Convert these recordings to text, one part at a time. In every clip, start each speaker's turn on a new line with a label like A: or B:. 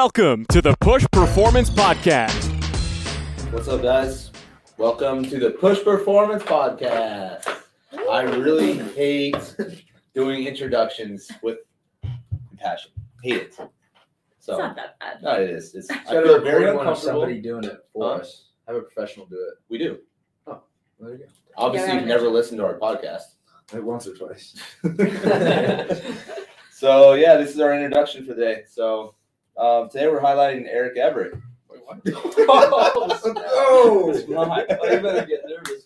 A: Welcome to the Push Performance Podcast.
B: What's up, guys? Welcome to the Push Performance Podcast. I really hate doing introductions with passion. Hate it.
C: It's
B: So
C: not that bad.
B: no, it is. It's,
D: I
B: I
D: feel
B: feel
D: very
B: very
D: uncomfortable.
B: uncomfortable.
D: Somebody doing it for
B: Huh?
D: us. Have a professional do it.
B: We do.
D: There you go.
B: Obviously, you've never listened to our podcast.
D: Like once or twice.
B: so yeah, this is our introduction for today. So um, today we're highlighting Eric Everett.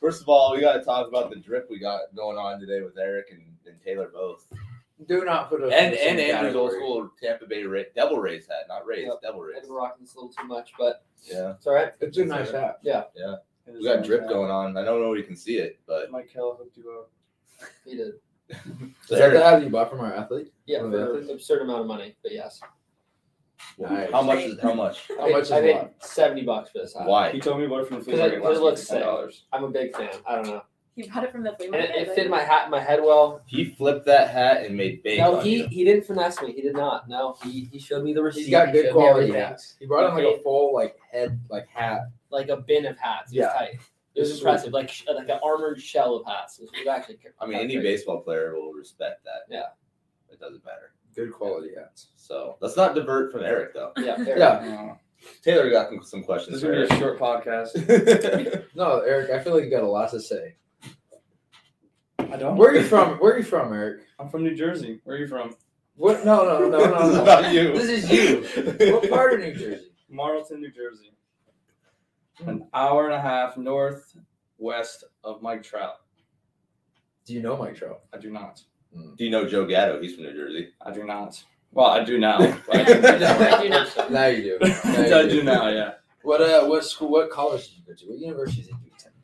B: First of all, we got to talk about the drip we got going on today with Eric and, and Taylor both.
D: do not put us in
B: And
D: the same
B: and Andrew's old
D: category.
B: school Tampa Bay Ra- Devil Rays hat, not Rays,
E: Yep.
B: Devil Rays.
E: I've been rocking this a little too much, but
B: Yeah,
E: it's all right.
D: It's a nice hat.
E: Yeah.
B: Yeah.
E: It
B: we
E: is
B: got
E: nice
D: uh,
B: drip
E: hat.
B: going on. I don't know if you can see it, but
E: Mike Hill hooked you up. He did.
D: Is that the hat that you bought from our athlete?
E: Yeah,
D: Oh,
E: for
D: really?
E: an absurd amount of money, but yes.
D: Nice.
B: how much is how much?
D: How
E: I paid-
D: much is
E: I paid
D: lot?
E: seventy bucks for this hat.
B: Why?
F: He told me about it from the flea
E: 'Cause it-
F: market last
E: it
F: week
E: looks
F: for $10.
E: I'm a big fan. I don't know.
C: He bought it from the flea
E: And
C: market.
E: it, it
C: but-
E: fit my hat, my head well.
B: He flipped that hat and made big.
E: No,
B: on
E: he
B: you.
E: he didn't finesse me. He did not. No, he he showed me the receipt.
D: He's got
E: he
D: good
E: showed me
D: quality
E: everything.
D: hats. He brought in like a full like head like hat.
E: Like a bin of hats. It was
D: Yeah.
E: tight. It was
D: It's sweet.
E: impressive. Like sh- like an armored shell of hats. It was actually.
B: I mean, any baseball player will respect that.
E: Yeah.
B: it doesn't matter.
D: Good quality hats.
B: So let's not divert from Eric though.
E: Yeah. fair.
D: Yeah.
B: Taylor got some
F: This
B: questions.
F: is
B: For
F: gonna be
B: Eric.
F: a short podcast.
D: No, Eric, I feel like you got a lot to say.
F: I don't.
D: Where are you from? Where are you from, Eric?
F: I'm from New Jersey. Where are you from?
D: What no no no
B: this is
D: no no.
B: about you.
D: This is you. what part of New Jersey?
F: Marlton, New Jersey. An hour and a half north west of Mike Trout.
D: Do you know Mike Trout?
F: I do not.
B: Do you know Joe Gatto? He's from New Jersey.
F: I do not. Well, I do now. I
C: I do not.
D: Now you do. Now you
F: do now, yeah.
D: What uh, what school? What college did you go to? What universities did you attend?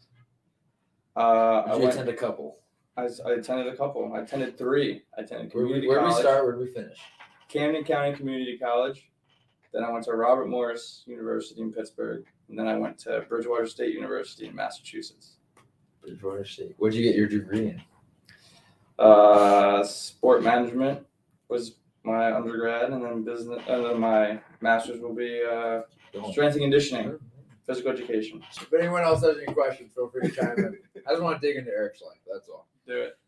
F: Uh, I,
D: Did you
F: went,
D: attend a couple?
F: I, s- I attended a couple. I attended three. I attended
D: Where
F: community
D: we, where we
F: college.
D: start? Where we finish?
F: Camden County Community College. Then I went to Robert Morris University in Pittsburgh. And then I went to Bridgewater State University in Massachusetts.
D: Bridgewater State. Where'd you get your degree in?
F: Uh, sport management was my undergrad, and then business, and then my master's will be uh, strength and conditioning, physical education.
D: If anyone else has any questions, feel free to chime in. I just want to dig into Eric's life. That's all.
F: Do it,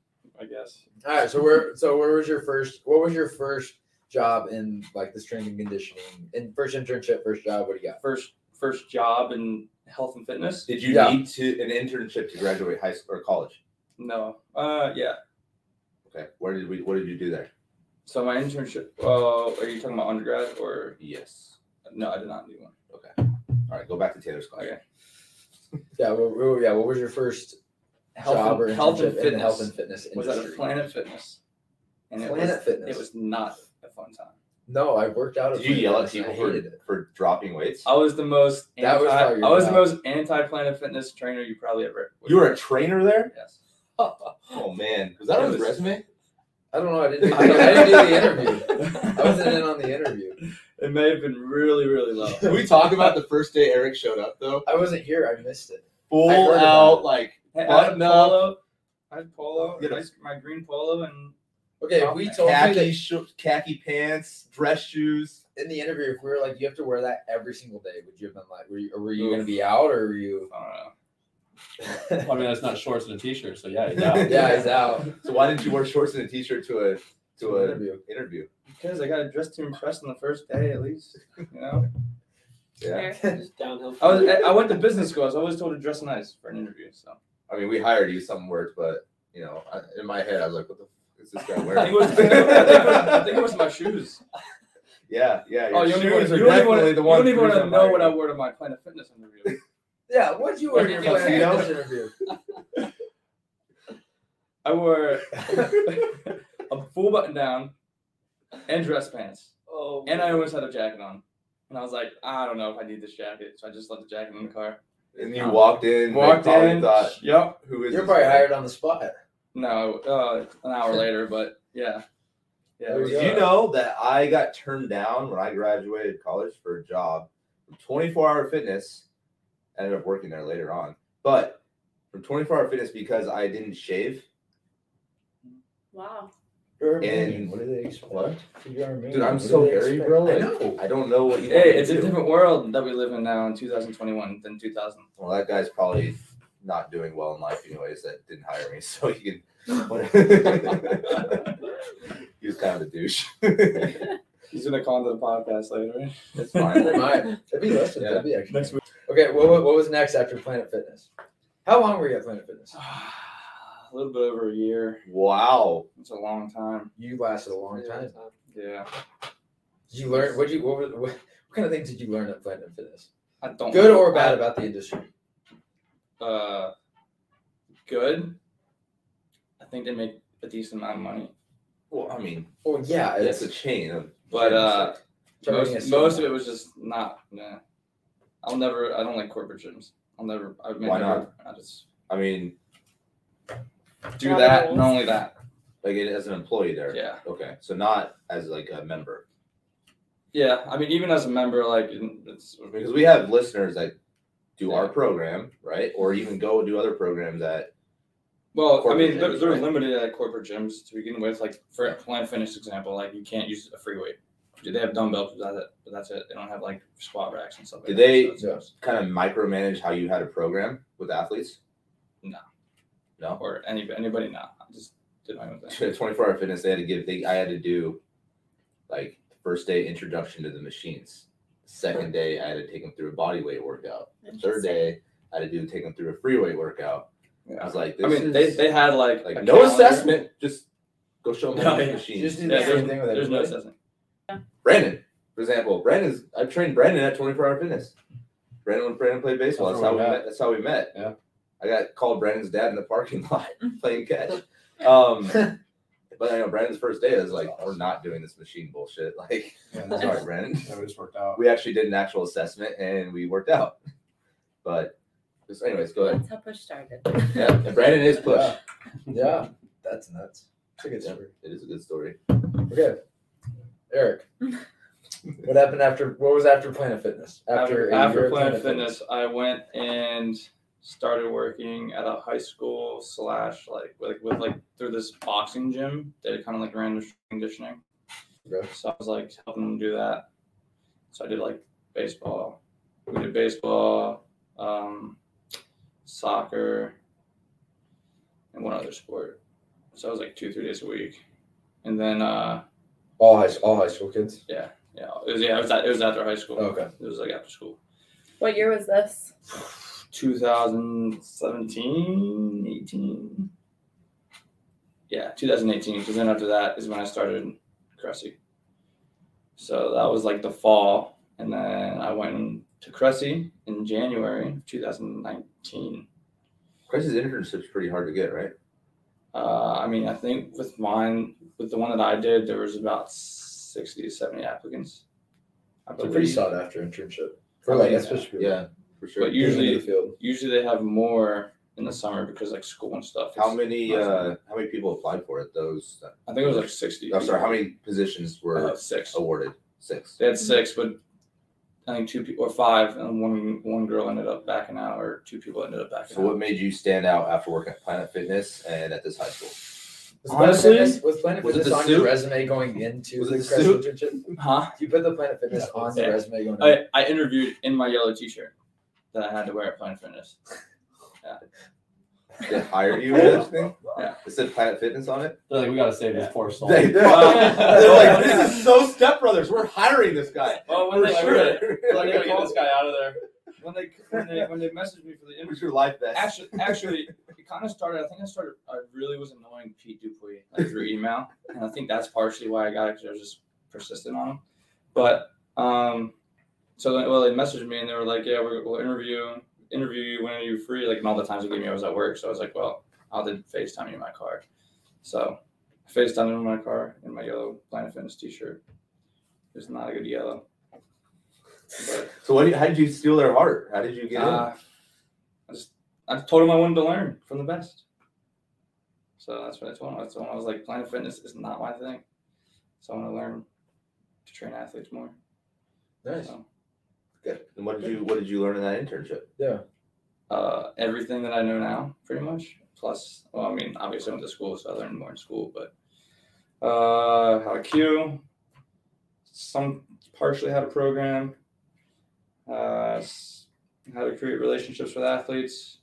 F: I guess.
D: All right. So where so where was your first? What was your first job in like the strength and conditioning? In first internship, first job. What do you got?
F: First, first job in health and fitness.
B: Did you
D: Yeah.
B: need to an internship to graduate high school or college?
F: No, uh, yeah.
B: Okay, where did we? What did you do there?
F: So my internship. Oh, are you talking about undergrad or
B: Yes.
F: no? I did not do one.
B: All right, go back to Taylor's class.
F: Okay.
D: Yeah. What, what- yeah. What was your first
F: Health
D: job
F: and,
D: or
F: health
D: internship
F: and
D: in the health
F: fitness
D: and fitness
F: was
D: industry?
F: at Planet Fitness, and it
D: Planet
F: was
D: Fitness.
F: it was not a fun time.
D: no, I worked out.
B: Did you yell at
D: Planet
B: people
D: Fitness.
B: for,
D: I hated it.
B: for dropping weights?
F: I was the most
D: That
F: anti.
D: was how you
F: I was the
D: got-
F: most anti Planet Fitness trainer you probably ever.
B: You were a trainer there?
F: yes.
B: Oh man, was that on his
F: It was-
B: resume?
D: I don't know. I didn't. Do, I didn't do the interview. I wasn't in on the interview.
F: It may have been really, really low.
B: Can we talk about the first day Eric showed up though?
D: I wasn't here. I missed it.
B: Full
D: I heard about
B: out
D: it.
B: like
F: Hey, I had
B: button up,
F: polo. I had polo.
B: Get a-
F: nice- my green polo, and
D: Okay, if we told you
B: khaki,
D: that
B: sh- khaki pants, dress shoes.
D: in the interview, if we were like, you have to wear that every single day, would you have been like, were you, or were you going to be out or were you?
F: I
G: Well, I mean, that's not shorts and a t-shirt, so yeah,
B: Yeah.
G: yeah.
D: yeah, he's out.
B: So why didn't you wear shorts and a t-shirt to a to an
D: interview.
B: interview?
F: because I got dressed to impress on the first day at least. You know,
B: Yeah.
C: Fair.
E: Just downhill.
F: I was I I went to business school. I was always told to dress nice for an interview. So
B: I mean, we hired you some work, but you know, I, in my head, I was like, what the f- is this guy
F: I think, it
B: wearing?
F: was, I, think it was, I think it was my shoes.
B: yeah, yeah.
F: oh,
B: your
F: you don't even,
B: shoes are
F: you don't even wanna-
B: definitely the
F: you don't
B: one
F: even want
B: reason
F: to
B: I'm
F: know
B: hiring
F: what
B: you.
F: I wore to my Planet Fitness interview.
D: Yeah, what'd you wear to your
B: Tuxedo?
D: fitness interview?
F: I wore a full button down and dress pants.
E: Oh,
F: And I always had a jacket on. And I was like, I don't know if I need this jacket. So I just left the jacket in the car.
B: And you walked in.
F: Walked
B: they probably
F: in.
B: Thought,
F: Yep.
B: Who is
D: You're
B: this
D: probably
B: guy?
D: hired on the spot.
F: No, uh, an hour later, but yeah.
D: There
F: Yeah. it
B: Do
F: was-
D: you
B: you know that I got turned down when I graduated college for a job from 24 Hour Fitness? Ended up working there later on, but from 24 Hour Fitness because I didn't shave.
C: Wow.
D: You're
B: And-
D: Armenian. What do they
B: What?
D: expect? You're Armenian.
B: Dude, I'm
D: What do
B: so
D: they
B: hairy,
D: expect?
B: bro,
D: I
B: like-
D: know.
B: I don't know what you.
F: Hey,
B: want me
F: it's
B: to
F: a
B: do.
F: different world that we live in now in 2021 than 2000.
B: Well, that guy's probably not doing well in life, anyways. That didn't hire me, so he can. he was kind of a douche.
F: He's gonna call into the podcast later.
B: it's fine.
D: Alright, that'd be less than
B: Yeah.
D: that'd be actually. Okay, what, what what was next after Planet Fitness? How long were you at Planet Fitness?
F: a little bit over a year.
B: Wow.
F: It's a long time.
D: You lasted a long time.
F: Yeah.
D: Did you learn what you what, was- what what kind of things did you learn at Planet Fitness?
F: I don't.
D: Good or bad about the industry?
F: Uh, good. I think they make a decent amount of money,
B: Well, I mean,
D: Well, yeah,
B: it's
D: Uh, it's
B: a chain of.
F: Oh, but uh,
D: charging
F: most,
D: a
F: most of
D: certain-
F: it was just not. Nah. I'll never. I don't like corporate gyms. I'll never. I may
B: Why
F: never- I just
B: I mean,
F: do
C: Not
F: that, and
C: rules.
F: only that.
B: like it, as an employee there.
F: Yeah.
B: Okay, so not as like a member,
F: Yeah, I mean, even as a member, like it's
B: because we have listeners that do our program, right, or even go do other programs that.
F: Well, I
B: corporate
F: mean, they're,
B: gyms,
F: they're
B: right?
F: limited at corporate gyms to begin with. Like for plant fitness example, like you can't use a free weight. They have dumbbells, but that- but that's it. They don't have like squat racks and stuff. Like
B: Did
F: that,
B: they-
F: so it's- it's-
B: Kind of micromanage how you had a program with athletes.
F: or any anybody now? I just did my own thing.
B: 24 hour fitness they had to give they i had to do like first day introduction to the machines second day i had to take them through a body weight workout third day i had to do take them through a free weight workout i was like this
F: I mean, they,
B: is,
F: they had like a
B: like no
F: calendar.
B: assessment just go show them how to
F: No,
B: do
F: yeah.
B: machines
D: Just do
F: Yeah,
D: the same thing with
F: There's no
D: everybody.
F: assessment.
B: brandon for example brandon's i trained brandon at 24 hour fitness brandon when brandon played baseball that's,
G: That's where
B: how we
G: we
B: met.
G: met.
B: that's how we met
G: Yeah.
B: i got called brandon's dad in the parking lot playing catch um But I know Brandon's first day is like, we're not doing this machine bullshit. Like, sorry, Brandon.
G: That just worked out.
B: We actually did an actual assessment and we worked out. But just anyways, go ahead.
C: That's how push started.
B: Yeah, and Brandon is push.
D: Yeah. yeah, that's nuts. It's a good story.
B: It is a good story.
D: Okay, Eric, what happened after? What was after Planet Fitness?
F: After
D: a year
F: after
D: at
F: Planet Fitness, I went and started working at a high school slash like like with like through this boxing gym. They kind of like ran the conditioning.
D: Okay.
F: So I was like helping them do that. So I did like baseball. We did baseball, um, soccer, and one other sport. So I was like two, three days a week. And then uh
D: All high, all high school kids.
F: yeah, it was yeah, it was at, it was after high school.
D: Okay,
F: It was like after school.
C: What year was this?
F: 2017, 18. Yeah, 2018. Because then after that is when I started Cressy. So that was like the fall. And then I went to Cressy in January of 2019.
B: Chris's internship's pretty hard to get, right?
F: Uh, I mean, I think with mine, with the one that I did, there was about 60 to 70 applicants. I
D: it's a pretty
F: believe.
D: sought after internship for like
F: Yeah.
D: especially
B: Yeah, for sure.
F: But usually-
D: in the field.
F: Usually they have more in the summer because like school and stuff.
B: how
F: It's-
B: many uh how many people applied for it? Those
F: I think it was like 60.
B: I'm sorry, how many positions were
F: Uh, six.
B: awarded? Six.
F: They had six, but I think two people or five, and one one girl ended up backing out, or two people ended up backing
B: So
F: out.
B: what made you stand out after working at Planet Fitness and at this high school?
D: Was Planet
F: Honestly,
D: Fitness- was Planet
B: was it
D: Fitness
B: the
D: on
B: suit?
D: your resume going into
B: Was it
D: the
B: the
D: Crest
B: suit?
D: internship?
F: Huh?
D: You put the Planet Fitness
G: Yeah.
D: on the
F: Yeah.
D: resume going. in.
F: I, I interviewed in my yellow T-shirt that I had to wear at Planet Fitness.
B: Did they hire you or anything?
F: Yeah.
B: It said Planet Fitness on it? Oh,
G: They're like, we gotta save this poor soul.
B: They- they're,
F: Wow.
B: they're like, this is so stepbrothers. We're hiring this guy.
F: Oh,
B: For sure.
F: Like,
B: Like,
F: get this
B: guy.
F: guy out of there. When they when they when they messaged me for the interview,
B: What's your life vest?
F: actually actually it kind of started. I think I started. I really was annoying Pete Dupuy like through email, and I think that's partially why I got it because I was just persistent on him. But um, so then, well, they messaged me and they were like, "Yeah, we're, we'll interview interview you when are you free?" Like, and all the times they gave me, I was at work, so I was like, "Well, I'll did Facetime you in my car." So I Facetime him in my car in my yellow Planet Fitness T-shirt. It's not a good yellow. But
B: so what? do you- how did you steal their heart? How did you get
F: uh, I just I told him I wanted to learn from the best. So that's what I told him. I told him I was like, Planet Fitness is not my thing. So I want to learn to train athletes more.
D: nice.
F: So,
B: in? Good. And what did you What did you learn in that internship?
F: uh, everything that I know now, pretty much. Plus, well, I mean, obviously I went to school, so I learned more in school, but Uh, how to queue. Some partially how to program. Uh, s- how to create relationships with athletes.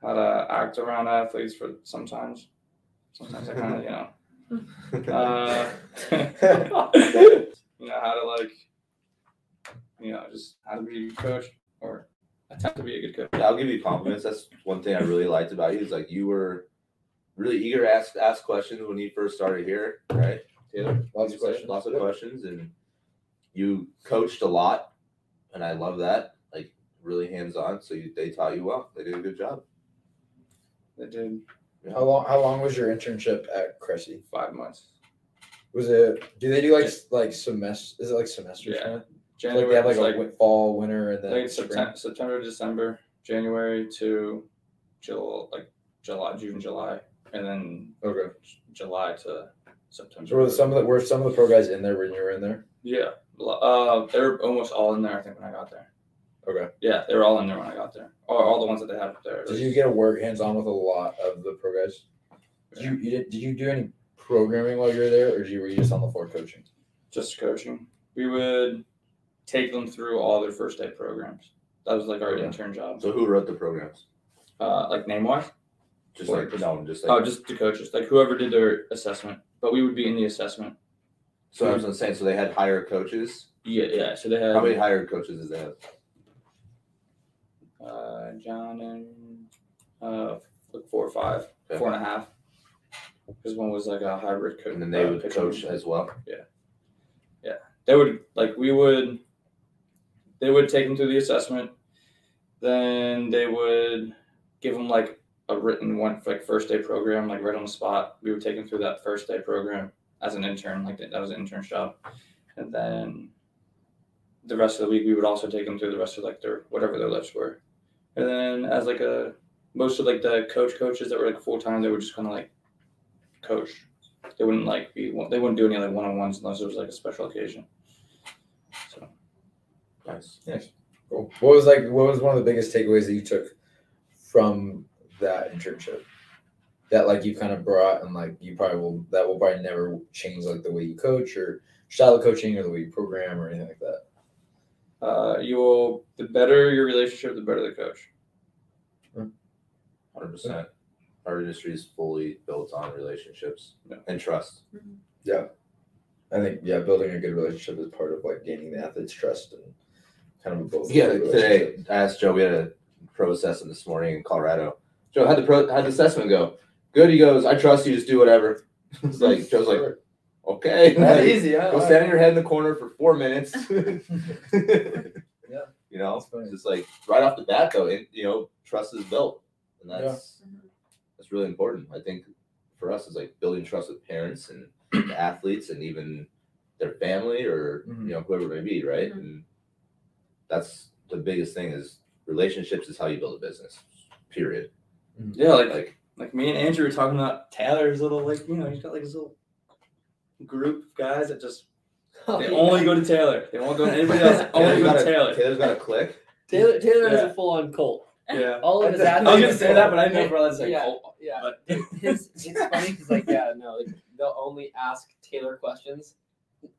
F: How to act around athletes for sometimes. Sometimes I kind of you know. Uh, you know how to like. You know, just how to be a good coach or attempt to be a good coach.
B: Yeah, I'll give you compliments. That's one thing I really liked about you is like you were really eager to ask ask questions when you first started here, right? Taylor,
D: Lots of questions.
B: lots of
D: Yep.
B: questions, and you coached a lot, and I love that. Like really hands on. So you, they taught you well. They did a good job.
F: They did
D: How long? How long was your internship at Cressy?
F: five months.
D: Was it? Do they do like like semester? Is it like semesters?
F: Yeah.
D: kinda?
F: January
D: like they have like
F: was
D: a win- fall, winter, and then
F: late
D: spring?
F: September, September, December, January to July, like July, June, July, and then
D: Okay.
F: J- July to September.
D: So were some of the were some of the pro guys in there when you were in there?
F: yeah, lo- uh, they were almost all in there. I think when I got there.
D: Okay.
F: Yeah, they were all in there when I got there. Or all the ones that they had up there.
D: Did you get to work hands on with a lot of the pro guys? Did you, you did, did you do any programming while you were there, or did you, were you just on the floor coaching?
F: just coaching? We would take them through all their first day programs. That was like our
B: Okay.
F: intern job.
B: So who wrote the programs?
F: Uh, like name wise.
B: Just like no, just like
F: Oh, just the coaches, like whoever did their assessment. But we would be in the assessment.
B: so I was saying. So they had hired coaches.
F: Yeah, yeah. So they had
B: How many hired coaches did they have?
F: uh, John and uh, like four or five,
B: Okay.
F: four and a half. Because one was like a hybrid uh, coach,
B: And then they would coach as well.
F: They would like we would. They would take them through the assessment, then they would give them like a written one like first day program, like right on the spot. We would take them through that first day program as an intern, like that that was an intern's job, and then the rest of the week we would also take them through the rest of like their whatever their lifts were. And then as like a most of like the coach coaches that were like full time, they were just kind of like coach. They wouldn't like be they wouldn't do any like one on ones unless it was like a special occasion. So
B: Nice.
D: Cool. What was like? What was one of the biggest takeaways that you took from that internship? That like you kind of brought and like you probably will that will probably never change like the way you coach or style of coaching or the way you program or anything like that.
F: uh, you will the better your relationship, the better the coach.
B: Hundred percent. Our industry is fully built on relationships
F: Yeah.
B: and trust.
D: I think yeah, building a good relationship is part of like gaining the athlete's trust and kind of a both.
B: Yeah, like today I asked Joe. We had a pro assessment this morning in Colorado. Joe, how'd the pro how'd the assessment go? Good. He goes, I trust you. Just do whatever. It's like Joe's like, okay,
D: that easy. Huh?
B: go stand on your head in the corner for four minutes. yeah, you know,
D: That's funny.
B: it's just like right off the bat though. It, you know, trust is built, and that's that's really important. I think for us is like building trust with parents and the athletes and even their family or
D: Mhm.
B: you know whoever it may be, right?
C: Mhm.
B: And that's the biggest thing is relationships is how you build a business. Period.
F: Yeah, like
B: Like
F: like me and Andrew were talking about Taylor's little like you know he's got like his little group of guys that just they
D: Oh,
F: only go to Taylor. They won't go to anybody else. only
B: Taylor's
F: go
B: got
F: to
B: a,
F: Taylor.
B: Taylor's got a click.
E: Taylor Taylor is
F: Yeah.
E: a full on cult.
F: Yeah.
E: All of his
D: I
E: athletes.
D: was gonna say that,
F: but I
E: didn't
F: realize
E: yeah, yeah.
F: "Oh, but-
E: His, it's funny because like yeah no like, they'll only ask Taylor questions.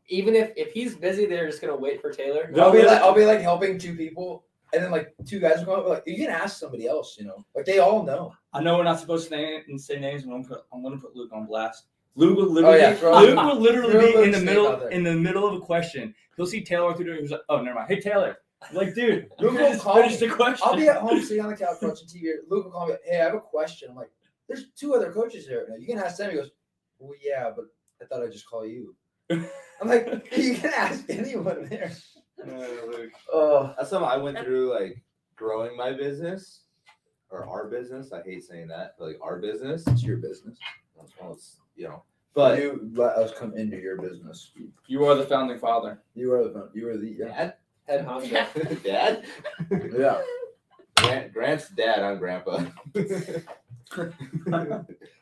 E: Even if if he's busy, they're just gonna wait for Taylor.
F: No,
D: I'll be
F: we-
D: like, I'll be like helping two people, and then like two guys will come up like you can ask somebody else, you know, like they all know.
F: I know we're not supposed to name and say names, but I'm, put, I'm gonna put Luke on blast. Luke will
D: Oh,
F: literally,
D: yeah, throw-
F: Luke will literally
D: throw
F: be in
D: Luke's
F: the
D: name out
F: middle
D: there.
F: in the middle of a question. He'll see Taylor through the door. He's like, "Oh, never mind." Hey, Taylor. I'm like, dude,
D: Luke
F: you
D: will
F: just
D: call
F: finished
D: me.
F: the question.
D: I'll be at home sitting on the couch watching TV. Luke will call me, hey, I have a question. I'm like, there's two other coaches here. Now. You can ask them. He goes, well, yeah, but I thought I'd just call you. I'm like, you can ask anyone there. Oh,
B: That's something I went through like growing my business or our business. I hate saying that, but like our business.
D: it's your business.
B: Well, it's, you know,
D: But
B: but
D: you let us come into your business.
F: You are the founding father.
D: You are the you are the yeah.
B: dad,
E: Head honcho.
B: dad,
D: yeah.
B: Grant, Grant's dad, I'm grandpa.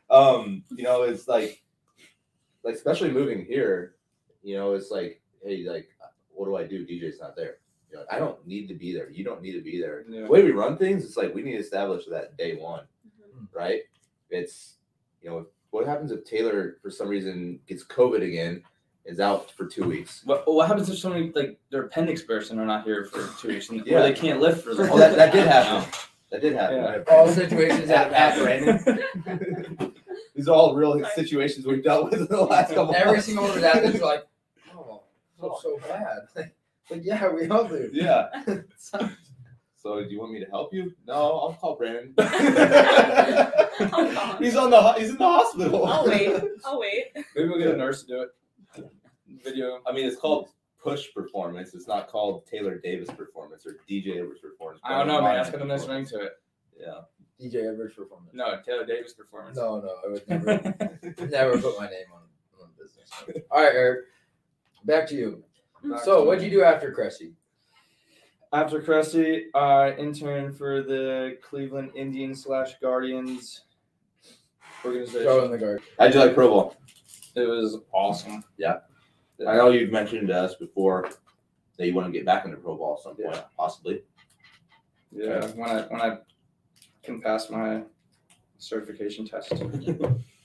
B: um, you know, it's like, like especially moving here, you know, it's like, hey, like, what do I do? DJ's not there. You know, I don't need to be there. You don't need to be there.
F: Yeah.
B: The way we run things, it's like we need to establish that day one,
C: Mhm.
B: right? It's you know, what happens if Taylor for some reason gets COVID again, is out for two weeks?
F: What, what happens if somebody like their appendix bursts and they're not here for two weeks and
B: Yeah.
F: or they can't lift for the
B: Oh, that, that did happen. That did happen.
F: Yeah.
D: All situations
B: At- at
D: that happen.
B: random. These are all real situations we've dealt with in the last couple.
D: Every
B: months.
D: single one of that is like, oh, so, so bad. Like, yeah, we all do.
B: Yeah. So do you want me to help you? No, I'll call Brandon.
C: I'll call him.
B: he's on the ho- he's in the hospital.
C: I'll wait. I'll wait.
F: Maybe we'll get a nurse to do it. Video.
B: I mean, it's called push performance. It's not called Taylor Davis performance or DJ Edwards performance.
F: I don't know, man. That's got a nice ring to it.
B: Yeah.
D: DJ Edwards performance.
F: No, Taylor Davis performance.
D: No, no, I would never, never put my name on, on business. All right, Eric, back to you. So, what'd you do after Cressy?
F: After Cressy, I interned for the Cleveland Indians slash Guardians organization.
D: Throw in the garden.
B: How'd you like Pro Bowl?
F: It was awesome.
B: I know you've mentioned to us before that you want to get back into Pro Bowl at some point, possibly.
F: Yeah, when I when I can pass my certification test.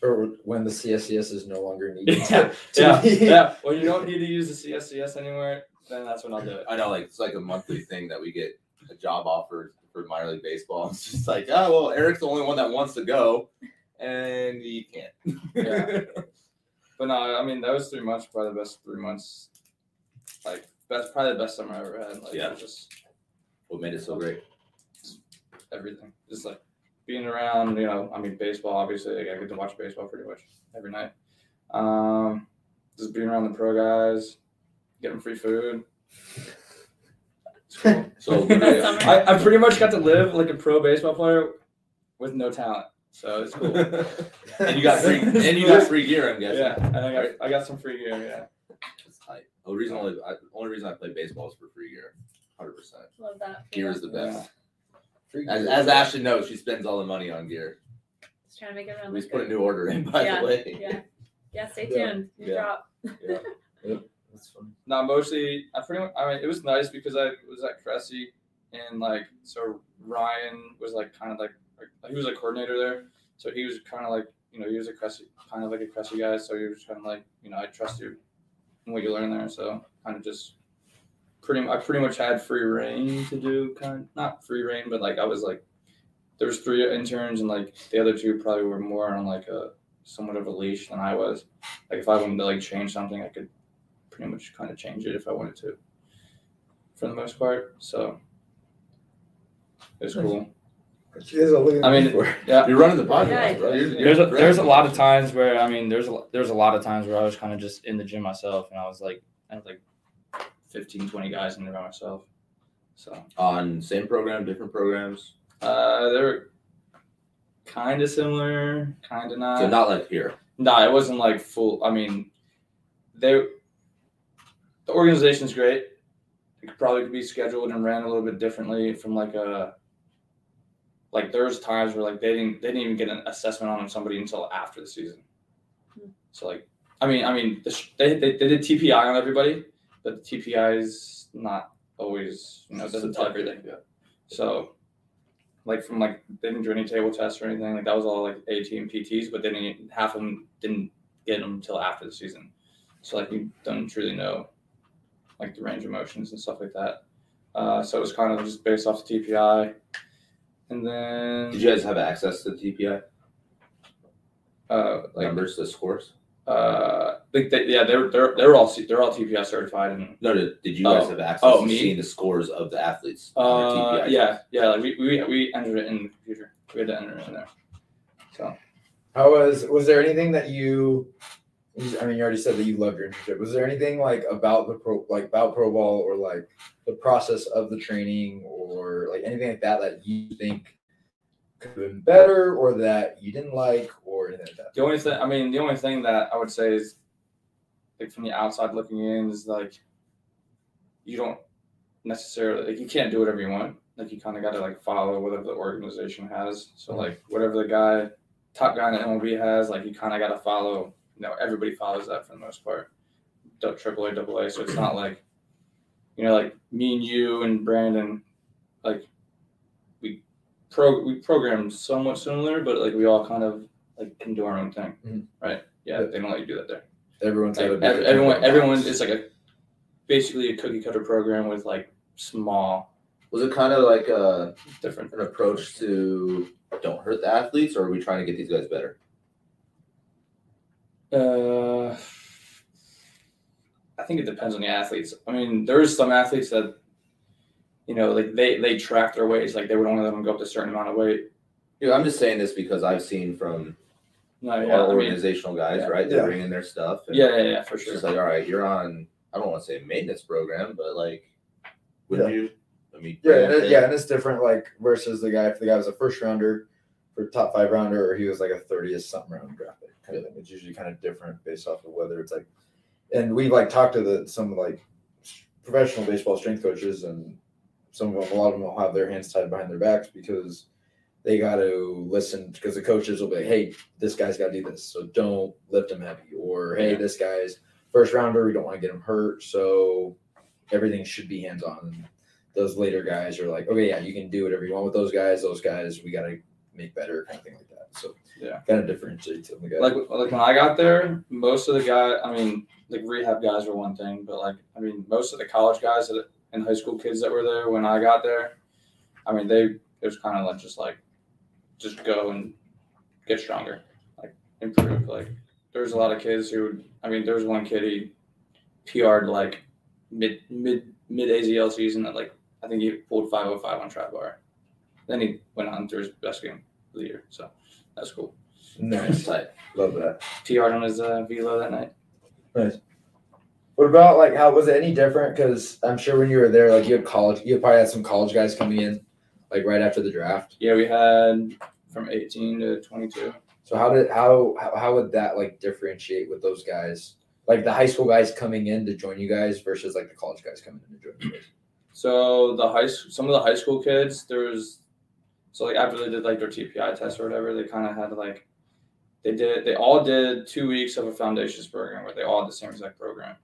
D: Or when the CSCS is no longer needed.
F: yeah,
D: To
F: yeah,
D: be-
F: yeah. When you don't need to use the CSCS anywhere, then that's when I'll do it.
B: I know, like it's like a monthly thing that we get a job offer for minor league baseball. It's just like, oh well, Eric's the only one that wants to go, and he can't.
F: Yeah. But no, I mean that was three months, probably the best three months, like best probably the best summer I ever had. Like
B: Yeah.
F: just
B: what made it so great?
F: everything, just like being around. You know, I mean baseball. Obviously, like, I get to watch baseball pretty much every night. Um, just being around the pro guys, getting free food. It's cool.
B: So
F: I, I pretty much got to live like a pro baseball player with no talent, so it's cool.
B: and you got free, and you got free gear. I'm guessing.
F: Yeah, and I got, I got some free gear. Yeah,
B: It's tight. The reason only I, the only reason I play baseball is for free gear, hundred percent.
C: Love that.
B: Gear is the best.
D: Free
B: As,
D: gear.
B: as Ashley knows, she spends all the money on gear.
C: Just trying to make everyone
B: We
C: look
B: just put a
C: good.
B: new order in, by the way.
C: Yeah. Yeah. Stay
D: Yeah.
C: tuned. New
B: Yeah.
C: drop.
D: That's funny.
F: no, mostly I pretty much. I mean, it was nice because I was at Cressy, and like so Ryan was like kind of like, like he was a coordinator there, so he was kind of like you know he was a Cressy kind of like a Cressy guy, so he was kind of like you know I trust you and what you learn there, so kind of just pretty. mu- I pretty much had free reign to do kind of not free reign, but like I was like there was three interns and like the other two probably were more on like a somewhat of a leash than I was. Like if I wanted to like change something, I could pretty much kind of change it if I wanted to, for the most part. So it was cool.
D: She is a little
F: I mean, Yeah.
B: You're running the
C: Yeah.
B: podcast, bro. You're- you're
F: There's a, there's a
B: great.
F: lot of times where I mean there's a, lo- there's a lot of times where I was kind of just in the gym myself and I was like I had like 15 20 guys in there by myself. So
B: on same program, different programs.
F: uh, they're kind of similar, kind of not.
B: So not like here.
F: No, it wasn't like full. I mean, they the organization's great. It could probably be scheduled and ran a little bit differently from like a like there was times where like they didn't they didn't even get an assessment on somebody until after the season. So like I mean I mean the, sh- they, they they did TPI on everybody, but the TPI is not always you know it doesn't tell everything.
B: Yeah.
F: So, like from like they didn't do any table tests or anything. Like that was all like AT and PTs, but they didn't half of them didn't get them until after the season. So like you don't truly know like the range of motions and stuff like that. Uh, so it was kind of just based off the TPI, and then
B: Did you guys have access to TPI
F: uh, like
B: numbers, the scores?
F: uh, like they, yeah, they're they're they're all they're all TPI certified and
B: No, did, did you
F: Oh.
B: guys have access
F: Oh,
B: to
F: me?
B: seeing the scores of the athletes? on
F: Uh,
B: their TPI?
F: yeah, yeah. Like we, we we entered it in the computer. We had to enter it in there. So
D: How was was there anything that you I mean you already said that you loved your internship. Was there anything like about the pro like about pro ball or like the process of the training or like anything like that that you think could have been better or that you didn't like or anything like that?
F: the only thing, I mean, the only thing that I would say is, like from the outside looking in, is like you don't necessarily like you can't do whatever you want. Like you kind of got to like follow whatever the organization has. So like whatever the guy, top guy in the MLB has, like you kind of got to follow. You know, everybody follows that for the most part. Du- Triple A, double A. So it's not like, you know, like me and you and Brandon, like we pro we programmed somewhat similar, but like we all kind of like condoring thing,
D: Mhm.
F: right? Yeah,
D: Yeah.
F: they don't let you do that there.
D: Everyone's
F: Like,
D: got a
F: ev- everyone, everyone is like a basically a cookie cutter program with like small
B: Was it kind of like uh
F: different.
B: an approach to don't hurt the athletes, or are we trying to get these guys better?
F: Uh, I think it depends on the athletes. I mean, there's some athletes that, you know, like they they track their weights. Like they would only let them go up to a certain amount of weight.
B: Dude, I'm just saying this because I've seen from
F: No, yeah,
B: our
F: I mean,
B: organizational guys,
F: yeah.
B: right? They're
D: Yeah.
B: bringing their stuff. and
F: yeah, yeah, yeah, for
B: It's
F: sure.
B: just like, all right, you're on. I don't want to say a maintenance program, but like, would
D: Yeah.
B: you? I mean,
D: Yeah,
B: bring
D: and
B: up
D: it,
B: the-
D: yeah, and it's different. Like versus the guy, if the guy was a first rounder, or top five rounder, or he was like a thirtieth something round draft pick, kind of thing. It's usually kind of different based off of whether it's like, and we like talked to the some like professional baseball strength coaches, and some of them, a lot of them will have their hands tied behind their backs because they got to listen because the coaches will be, like, hey, this guy's got to do this, so don't lift him heavy, or hey,
F: Yeah.
D: this guy's first rounder, we don't want to get him hurt, so everything should be hands on those later guys are like, okay, yeah, you can do whatever you want with those guys. Those guys, we gotta make better, kind of thing like that. So
F: Yeah.
D: kind of differentiate to the guy.
F: like like when I got there, most of the guy, I mean, like rehab guys were one thing, but like I mean, most of the college guys that, and high school kids that were there when I got there, I mean, they it was kind of like just like just go and get stronger, like improve. Like there was a lot of kids who, would, I mean, there was one kid he PR'd like mid mid mid AZL season that like I think he pulled 505 on trap bar. Then he went on through his best game of the year, so that's cool.
D: nice,
F: But-
D: love that.
F: PR'd on his uh, velo that night.
D: What about like how was it any different? Because I'm sure when you were there, like you had college, you probably had some college guys coming in, like right after the draft.
F: Yeah, we had from 18 to 22.
D: So how did how how, how would that like differentiate with those guys? Like the high school guys coming in to join you guys versus like the college guys coming in to join you guys.
F: So the high, s- some of the high school kids, there was, so like after they did like their TPI test or whatever, they kind of had like, they did, they all did two weeks of a foundations program where they all had the same exact program.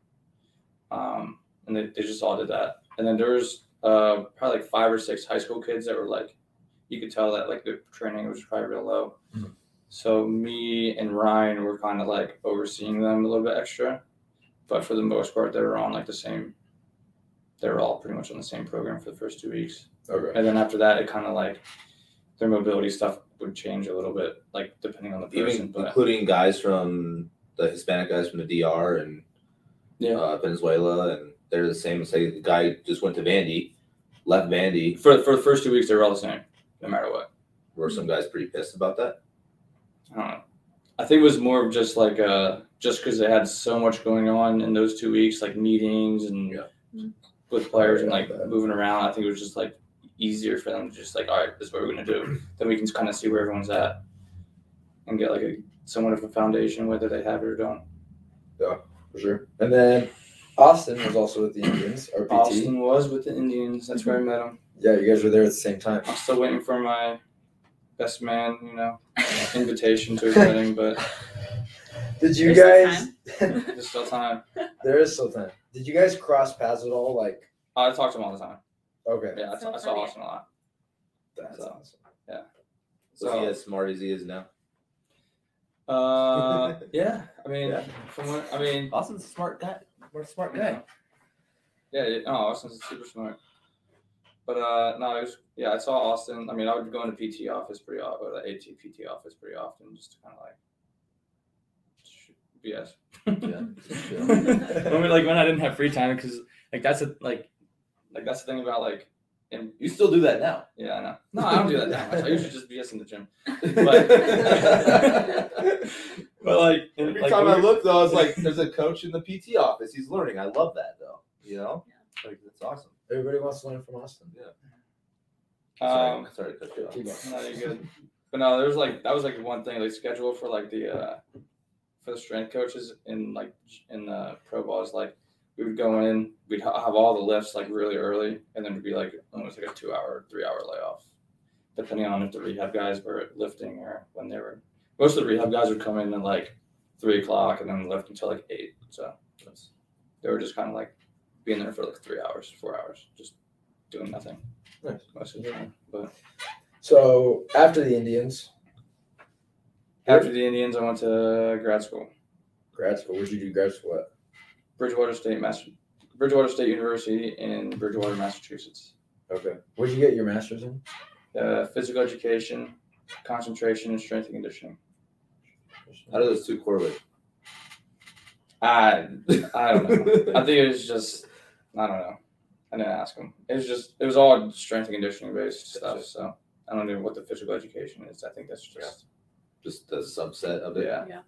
F: Um, and they, they just all did that. And then there was uh, probably like five or six high school kids that were like, you could tell that like the training was probably real low.
D: Mhm.
F: So me and Ryan were kind of like overseeing them a little bit extra, but for the most part, they were on like the same. They were all pretty much on the same program for the first two weeks,
D: Okay.
F: and then after that, it kind of like their mobility stuff would change a little bit, like depending on the person.
B: even
F: but
B: including guys from the Hispanic guys from the DR and
F: Yeah.
B: uh, Venezuela, and they're the same. Say the guy just went to Vandy, left Vandy.
F: for for the first two weeks, they were all the same, no matter what.
B: Were some guys pretty pissed about that?
F: I don't know. I think it was more of just like uh just because they had so much going on in those two weeks, like meetings and
B: Yeah.
C: Mm.
F: with players and
D: Yeah, I
F: like
D: bet.
F: moving around. I think it was just like easier for them to just like, all right, this is what we're gonna do. then we can kind of see where everyone's at and get like a somewhat of a foundation whether they have it or don't.
D: For sure. And then Austin was also with the Indians or PT.
F: Austin was with the Indians. That's
B: Mm-hmm.
F: where I met him.
D: Yeah, you guys were there at the same time.
F: I'm still waiting for my best man, you know, invitation to his wedding, but
D: Did you
C: There's
D: guys?
F: there's still time.
D: there is still time. Did you guys cross paths at all? Like,
F: I talk to him all the time.
D: okay,
F: Yeah, I,
C: So
F: I saw
C: funny.
F: Austin a lot.
D: that's
F: So-
D: awesome.
B: Was
F: So-
B: he as smart as he is now?
F: Uh, yeah. I mean,
B: Yeah.
F: from what I mean,
B: Austin's a smart guy. We're a smart guy.
F: yeah. yeah, No, Austin's super smart. But uh, no, it was, yeah. I saw Austin. I mean, I would go into PT office pretty often, or the AT PT office pretty often, just to kind of like sh- BS. when we, like when I didn't have free time, because like that's a like, like that's the thing about like, and
B: You still do that now.
F: yeah, I know. No, I don't do that that much. I usually just BS in the gym. But like, and,
B: Every
F: like,
B: time
F: we
B: I
F: were-
B: look, though, I was like, "There's a coach in the PT office. He's learning. I love that, though. You know, like that's awesome."
D: Everybody wants to learn from Austin.
F: um,
B: sorry, sorry to cut you off.
D: Keep going.
F: No, you're good. But no, there was like that was like one thing like schedule for like the uh for the strength coaches in like in the pro ball is like we would go in, we'd ha- have all the lifts like really early, and then it'd be like almost like a two hour, three hour layoff, depending on if the rehab guys were lifting or when they were. Most of the rehab guys would come in at like three o'clock and then lift until like eight. So that's, they were just kind of like being there for like three hours, four hours, just doing nothing
D: Nice.
F: most of the time. But
D: So after the Indians,
F: After the Indians, I went to grad school,
D: Grad school. What'd you do grad school at?
F: Bridgewater State, Mass, Bridgewater State University in Bridgewater, Massachusetts.
D: Okay. What'd you get your master's in?
F: Uh, physical education, concentration, and strength and conditioning.
B: How do those two correlate?
F: I I don't know. I think it was just I don't know. I didn't ask him. It was just it was all strength and conditioning based stuff. So I don't know what the physical education is. I think that's just
B: Just the subset of it.
F: yeah.
C: Yeah.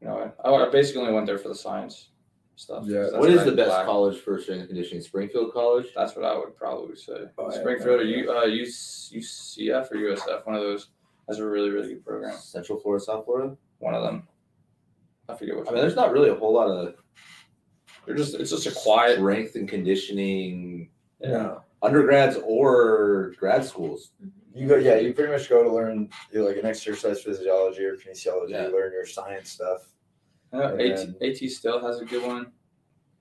F: You know, I, I basically only went there for the science stuff.
D: Yeah.
F: So that's
B: what is
F: I
B: the best
F: lacked.
B: college for strength and conditioning? Springfield College.
F: That's what I would probably say.
D: Oh, yeah,
F: Springfield or
D: yeah.
F: U, uh, UC, UCF or USF, one of those. That's a really really good program.
B: Central Florida, South Florida.
F: One of them. I forget which.
B: I
F: one.
B: mean, there's not really a whole lot of
F: They're just it's just a quiet.
B: strength and conditioning
F: Yeah.
D: No.
B: undergrads or grad schools.
D: You go, yeah, you pretty much go to learn you're like an exercise physiology or kinesiology,
B: Yeah.
D: you learn your science stuff.
F: Yeah,
D: And
F: AT, AT still has a good one,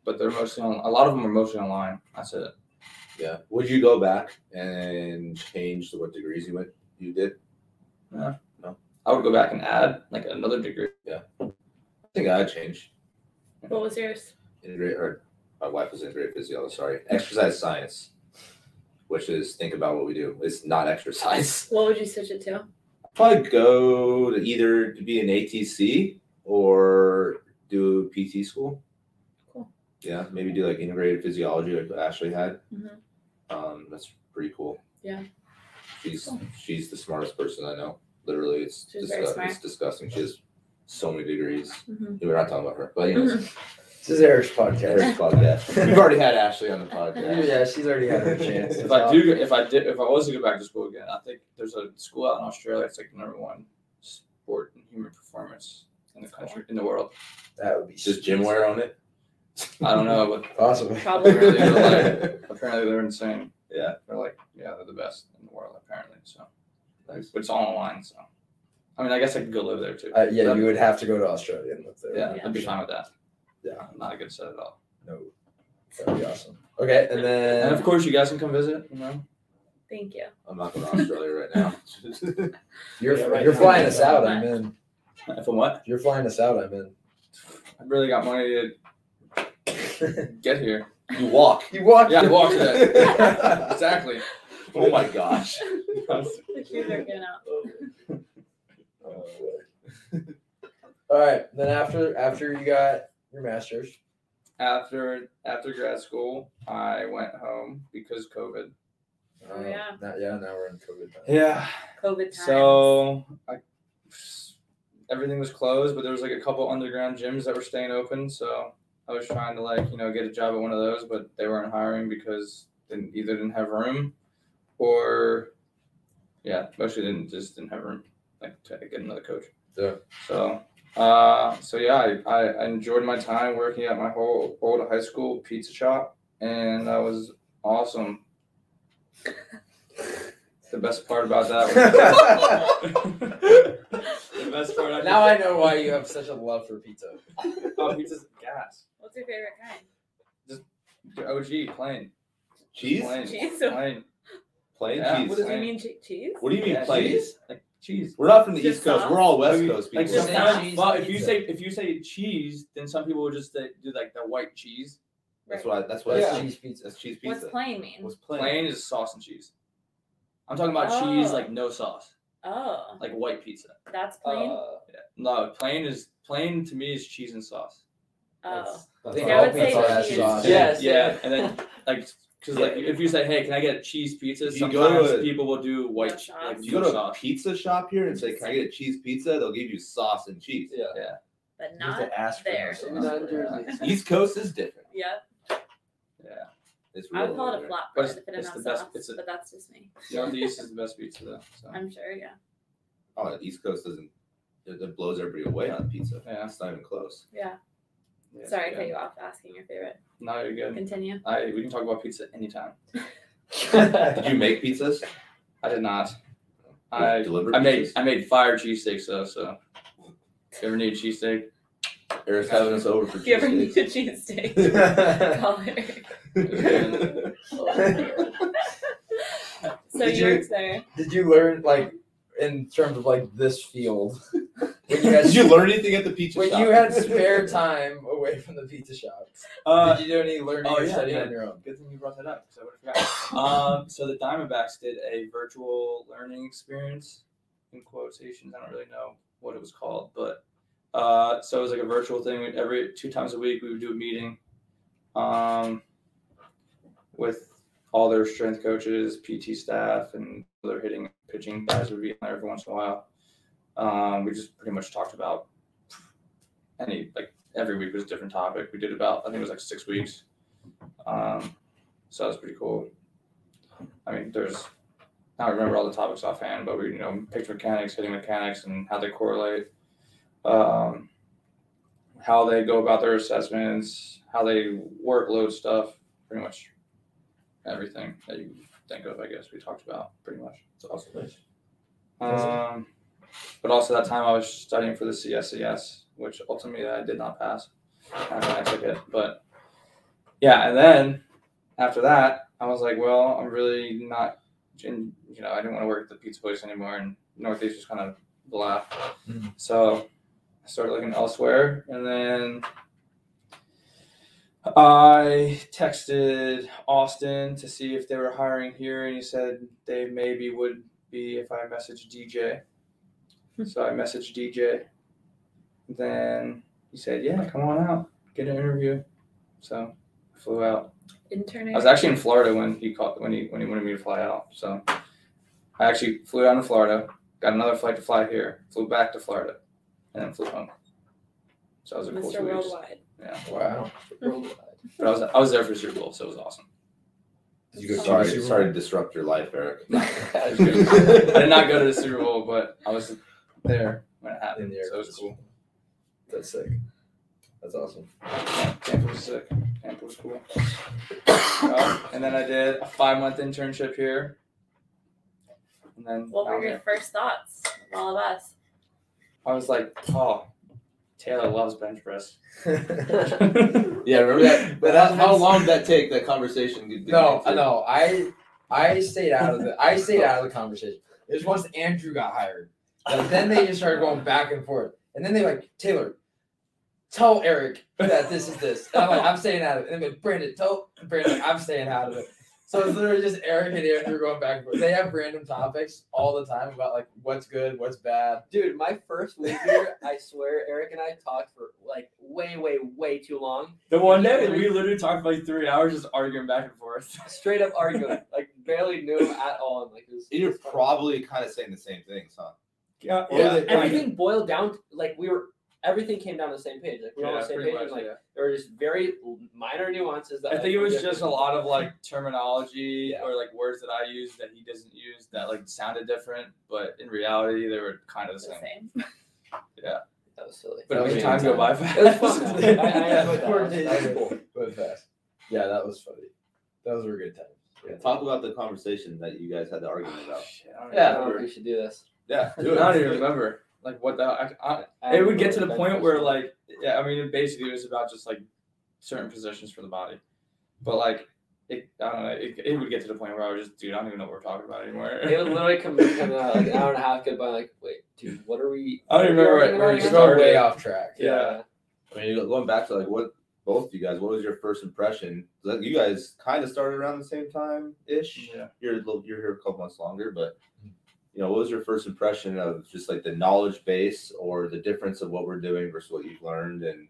F: but they're mostly on. A lot of them are mostly online. That's it.
B: Yeah. Would you go back and change what degrees you went? You did.
F: I would go back and add like another degree.
B: I think I changed.
C: What was yours?
B: Integrate or my wife was integrated physiology. Sorry, exercise science, which is think about what we do. It's not exercise.
C: What would you switch it to?
B: Probably go to either to be an ATC or do PT school.
C: Cool.
B: Yeah, maybe do like integrated physiology like what Ashley had.
C: Mhm.
B: Um, that's pretty cool.
C: Yeah.
B: She's
C: Cool.
B: she's the smartest person I know. Literally, it's
C: She's very
B: disgu- it's
C: smart.
B: disgusting. She has so many degrees.
C: Mhm.
B: We're not talking about her, but anyways,
D: This is Eric's
B: Eric's podcast.
C: Mm-hmm.
B: We've already had Ashley on the podcast.
D: yeah, she's already had her chance.
F: If I do, if I did, if I was to go back to school again, I think there's a school out in Australia. It's like the number one sport and human performance in the country in the world.
D: that would be
B: Just gym wear on it.
F: I don't know,
D: Possibly.
C: Probably.
F: Really good but apparently they're insane.
B: Yeah.
F: They're like, yeah, they're the best in the world apparently. So,
B: Nice.
F: but it's all online. So, I mean, I guess I could go live there too.
D: Uh, yeah, you would have to go to Australia and live there.
F: Yeah,
C: Yeah.
F: I'd be fine with that.
D: Yeah.
F: not a good set at all.
D: No. That'd be awesome. Okay, and
F: And of
D: then
F: course, you guys can come visit. You know,
C: Thank you.
B: I'm not going to Australia right now.
D: you're
E: Yeah, right
D: you're
E: now.
D: flying us out, I'm in.
F: if I'm what?
D: You're flying us out, I'm
F: I really got money
D: in.
F: to get here.
B: you walk.
D: you walked
F: Yeah, I walked
D: it.
F: Exactly.
B: Oh my gosh.
C: The shoes are getting out.
D: Oh, All right. Then after after you got your master's,
F: After after grad school, I went home because COVID.
C: Oh, yeah.
D: Not, yeah. um, Now we're in COVID. Time.
F: Yeah.
C: COVID times.
F: So I, everything was closed, but there was like a couple underground gyms that were staying open. So I was trying to like you know get a job at one of those, but they weren't hiring because they either didn't have room, or yeah, mostly didn't just didn't have room like to get another coach.
D: Yeah.
F: So. Uh, so yeah, I, I enjoyed my time working at my whole old high school pizza shop, and that was awesome. The best part about that was the best part. I
D: now I know why you have such a love for pizza.
F: oh, pizza's gas.
C: What's your favorite kind?
F: Dude, OG plain.
B: Cheese?
F: Plain.
C: Cheese?
F: Plain.
B: Plain
F: Yeah.
B: cheese.
C: What does
F: I-
C: it mean? che- Cheese?
B: What do you mean
F: Yeah,
B: plain?
F: cheese? Like cheese.
B: We're not from the
C: Just
B: East Coast.
C: sauce?
B: We're all West
F: Like,
B: Coast people.
F: Like
D: Just
F: sometimes,
D: cheese
F: well, if you
D: pizza.
F: say if you say cheese, then some people will just say, do like the white cheese.
B: that's
C: Right.
B: why. That's why.
D: That's
B: That's, cheese.
D: cheese pizza.
B: that's cheese
C: What's
B: pizza.
C: plain mean?
B: What's plain?
F: Plain, is sauce and cheese. I'm talking about cheese
C: Oh.
F: like no sauce,
C: oh,
F: like white pizza.
C: that's plain.
F: Uh, yeah. No, plain is plain to me is cheese and sauce.
C: oh,
D: I
B: See,
D: think
B: I
D: all
B: would say
D: pizza has
C: cheese.
D: sauce.
E: Yeah. Yes,
F: Yeah, and then like because like
B: Yeah.
F: if you say, hey, can I get a cheese pizza?
B: If you go
F: Sometimes
B: to a-
F: people will do white
C: No
F: che-
C: sauce.
F: like
B: If you go
F: no
B: to a
F: sauce.
B: pizza shop here and say, "Can I get a cheese pizza?" They'll give you sauce and cheese.
E: Yeah.
F: Yeah.
C: but
D: You have
C: not.
D: to ask for
C: there.
D: no sauce.
E: Not in Jersey.
B: East Coast is different.
C: Yeah,
F: Yeah.
B: It's
C: I
B: real
C: would call it a
B: over
F: But
C: flatbread
F: it's-
C: if it didn't
F: it's
C: have
F: the best-
C: sauce,
F: it's a-
C: but that's just me.
F: Northeast is the best pizza though. So
C: I'm sure. Yeah.
B: there. Oh, the East Coast doesn't. It, it blows everybody away on pizza.
F: Yeah.
B: It's not even close.
F: yeah,
C: Sorry, I
F: yeah.
C: cut you off asking your favorite.
F: No, you're good.
C: Continue.
F: I we can talk about pizza anytime.
B: Did you make pizzas?
F: I did not.
B: You
F: I
B: delivered
F: I made
B: pizzas?
F: I made fire cheesesteaks though, so if you ever need a cheesesteak,
B: Eric's having us over for
C: If you ever
B: cheese.
C: need a cheesesteak, call her.
F: Did
C: so
D: Did
C: you
D: you-
C: worked there.
D: Did you learn like in terms of like this field. When you
B: Did
D: had,
B: you learn anything at the pizza
D: when
B: shop?
D: you had spare time away from the pizza shop,
F: Uh,
D: did you do any learning
F: oh,
D: or
F: yeah,
D: studying
F: yeah.
D: on your own?
F: good thing you brought that up because I would have forgotten. um, so the Diamondbacks did a virtual learning experience in quotations. I don't really know what it was called, but uh, so it was like a virtual thing. We'd- Every two times a week, we would do a meeting um, with all their strength coaches, PT staff, and other hitting pitching guys would be in there every once in a while. Um, we just pretty much talked about any like every week was a different topic. We did about I think it was like six weeks. Um, so that was pretty cool. I mean, there's I don't remember all the topics offhand, but we you know pitch mechanics, hitting mechanics, and how they correlate, um, how they go about their assessments, how they workload stuff, pretty much everything that you think of. I guess we talked about pretty much.
G: It's awesome. Nice.
F: Um, but also that time I was studying for the CSES, which ultimately I did not pass after I took it. But yeah, and then after that, I was like, well, I'm really not, and, you know, I didn't want to work at the pizza place anymore, and Northeast was kind of blah.
D: Mhm.
F: So I started looking elsewhere, and then I texted Austin to see if they were hiring here, and he said they maybe would be if I message DJ. so I messaged DJ. Then he said, "Yeah, come on out, get an interview." So I flew out.
C: Internet.
F: I was actually in Florida when he called when he when he wanted me to fly out. So I actually flew down to Florida, got another flight to fly here, flew back to Florida, and then flew home. So that was a cool
C: Mr.
F: two weeks.
C: Worldwide.
D: Wow.
F: But I was I was there for Super Bowl, so it was awesome.
B: You go,
C: Oh.
B: sorry, sorry to disrupt your life, Eric.
F: I did not go to the Super Bowl, but I was there when it
D: In
F: happened.
D: the air.
F: So it was cool.
D: That's sick. That's awesome.
F: Yeah, Tampa was sick. Tampa was cool. Uh, and then I did a five month internship here. And then
C: What
F: down
C: were your
F: here.
C: first thoughts of all of us?
F: I was like, oh, Taylor loves bench press.
B: Yeah, remember that? But how,
D: But that-
B: how long did that take? That conversation? Did- did
D: No,
B: you-
D: no, I I stayed out of the I stayed out of the conversation. It was once Andrew got hired, and then they just started going back and forth, and then they like Taylor, tell Eric that this is this. And I'm like, I'm staying out of it. And then Brandon, tell Brandon, I'm staying out of it. So it's literally just Eric and Andrew going back and forth. They have random topics all the time about like what's good, what's bad.
E: Dude, my first week here, I swear, Eric and I talked for like way, way, way too long.
F: The
E: one day, we
F: literally talked for like three hours just arguing back and forth.
E: Straight up arguing, like barely knew him at all. And like, it was,
B: And you're probably kind of saying the same things, huh?
F: Yeah.
B: Yeah.
E: everything boiled down to, like we were. Everything came down to the same page. Like we were on the same
F: pretty
E: page.
F: much,
E: and, like
F: yeah.
E: there were just very minor nuances. That
F: I think it was
E: forget.
F: just a lot of like terminology or like words that I use that he doesn't use that like sounded different, but in reality they were kind of the
C: The
F: same.
C: same.
E: That was silly.
F: But
D: I
F: it made
D: mean,
F: time go by
E: It was fun.
F: fast.
E: I,
F: uh,
E: I enjoyed that.
D: Coordinated.
E: That was cool.
D: But fast. Yeah, that was funny. Those were good times.
B: Talk about the conversation that you guys had the argument about.
F: Shit, I don't
E: Yeah, I don't
F: even
E: think
F: remember.
E: we should do this.
B: Yeah,
F: I don't even remember. Like what the I, I,
E: I
F: it would get to the
E: remember
F: point
E: that
F: where
E: first one.
F: like yeah, I mean it basically was about just like certain positions for the body, but like it I don't know it, it would get to the point where I was just dude I don't even know what we're talking about anymore.
E: it would literally come come out uh, like an hour and a half goodbye. Like, wait, dude, what are we?
F: I don't even remember
E: what are we
F: where- where
E: arguing
F: we
D: We're
E: about
F: started.
D: going way off track.
F: Yeah.
B: I mean, going back to like what both of you guys, what was your first impression? Like you guys kind of started around the same time ish.
F: Yeah.
B: You're a little- you're here a couple months longer, but you know, what was your first impression of just like the knowledge base or the difference of what we're doing versus what you've learned and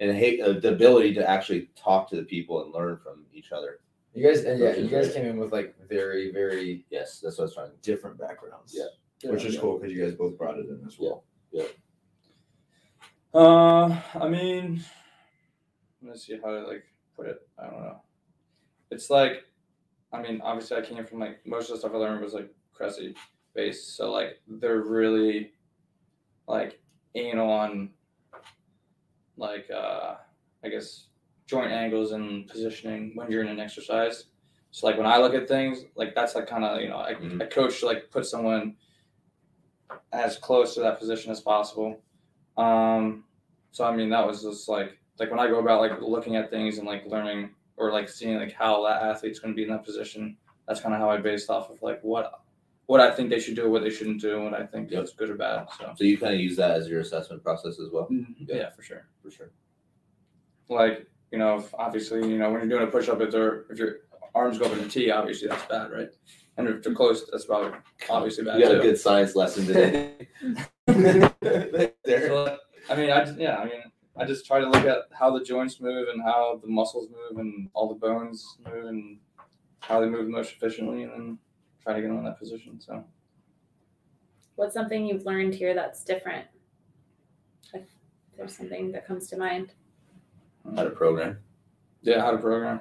B: and hey, uh, the ability to actually talk to the people and learn from each other.
D: You guys, and yeah,
B: Which is
D: you guys
B: great.
D: came in with like very, very
B: Yes, that's what I was trying. to
D: different backgrounds.
B: Yeah.
D: Which is cool because you guys both brought it in as well.
F: Uh, I mean, let's see how to like put it. I don't know. It's like, I mean, obviously, I came from like most of the stuff I learned was like Cressy based, so like they're really like anal on like uh, I guess joint angles and positioning when you're in an exercise. So like when I look at things, like that's like kind of you know I,
B: Mhm.
F: I coach to like put someone as close to that position as possible. Um, so I mean that was just like like when I go about like looking at things and like learning or like seeing like how that athlete's going to be in that position. That's kind of how I based off of like what what I think they should do, what they shouldn't do, and what I think
B: Yep.
F: is good or bad. So
B: So you kind of use that as your assessment process as well,
F: yeah. for sure.
B: for sure.
F: Like you know, if- obviously, you know, when you're doing a push up, if they're if your arms go up in a T, obviously that's bad, right? And if they're close, that's probably obviously bad
B: You got
F: too.
B: a good science lesson today. There.
F: So, I mean, I just, yeah, I mean, I just try to look at how the joints move and how the muscles move and all the bones move and how they move most efficiently, and then try to get them in that position. So
C: What's something you've learned here that's different? If there's something that comes to mind.
B: How to program.
F: yeah, how to program.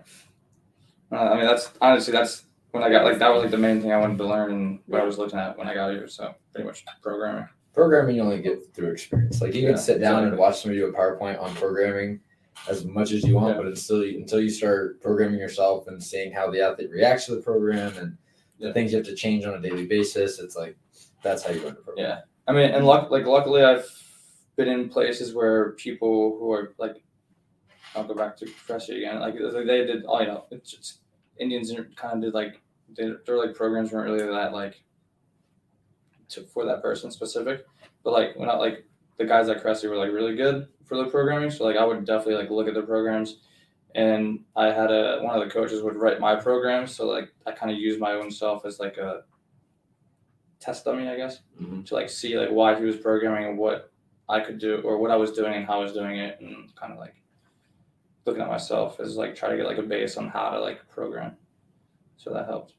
F: Uh, I mean, that's honestly that's when I got like that was like the main thing I wanted to learn and what I was looking at when I got here. So pretty much programming.
D: programming you only get through experience. Like you
F: Yeah,
D: can sit down
F: exactly.
D: and watch somebody do a PowerPoint on programming as much as you want,
F: Yeah.
D: but it's still until you start programming yourself and seeing how the athlete reacts to the program and
F: Yeah.
D: the things you have to change on a daily basis, it's like that's how you learn to program.
F: Yeah. I mean, and luck, like luckily, I've been in places where people who are like, I'll go back to Professor again. Like like, they did, all you know, it's just, Indians kind of did like they, their like programs weren't really that like to, for that person specific, but like when I like the guys at Cressy were like really good for the programming, so like I would definitely like look at the programs. And I had a one of the coaches would write my programs, so like I kind of use my own self as like a test dummy, I guess
B: Mm-hmm.
F: to like see like why he was programming and what I could do or what I was doing and how I was doing it and kind of like looking at myself as like try to get like a base on how to like program. So that helped.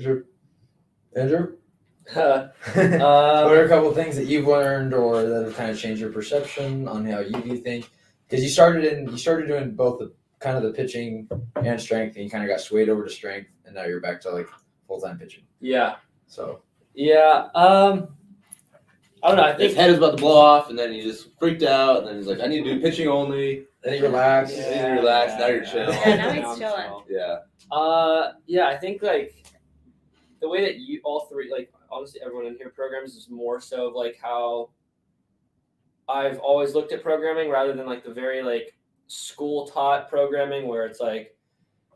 D: Sure. Andrew,
E: Uh,
D: what
E: um,
D: are a couple things that you've learned or that have kind of changed your perception on how you do things? Because you started in, you started doing both the kind of the pitching and strength, and you kind of got swayed over to strength, and now you're back to like full time pitching.
E: yeah,
D: So
E: yeah. Um, I don't know. I
B: His
E: think
B: head is about to blow off, and then he just freaked out, and then he's like, "I need to do pitching only."
D: Then you relax.
B: Yeah. Then you relax, now you're chill.
C: Yeah, now he's
E: I'm
C: chilling.
B: Yeah,
E: Uh, yeah, I think like the way that you all three, like obviously everyone in here programs is more so of like how I've always looked at programming rather than like the very like school taught programming where it's like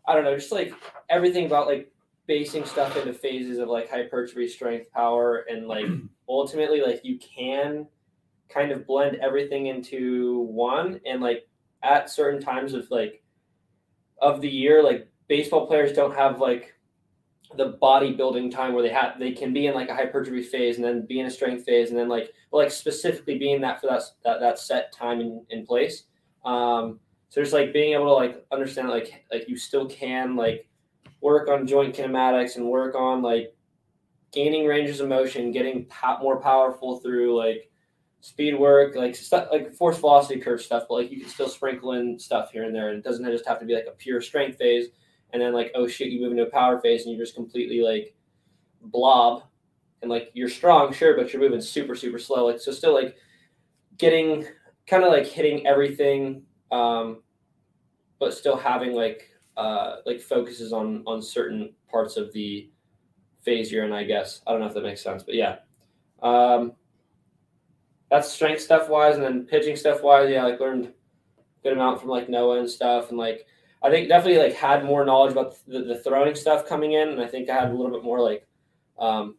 E: I don't know, just like everything about like basing stuff into phases of like hypertrophy, strength, power, and like ultimately like you can kind of blend everything into one and like at certain times of like of the year like baseball players don't have like the bodybuilding time where they have they can be in like a hypertrophy phase and then be in a strength phase and then like well, like specifically being that for that that, that set time in, in place um so just like being able to like understand like like you still can like work on joint kinematics and work on like gaining ranges of motion getting po- more powerful through like speed work like stuff like force velocity curve stuff but like you can still sprinkle in stuff here and there and it doesn't just have to be like a pure strength phase and then like oh shit you move into a power phase and you're just completely like blob and like you're strong sure but you're moving super super slow like so still like getting kind of like hitting everything um but still having like uh like focuses on on certain parts of the phase you're in i guess i don't know if that makes sense but yeah um that's strength stuff wise and then pitching stuff wise yeah like learned a good amount from like noah and stuff and like I think definitely like had more knowledge about the, the throwing stuff coming in, and I think I had a little bit more like um,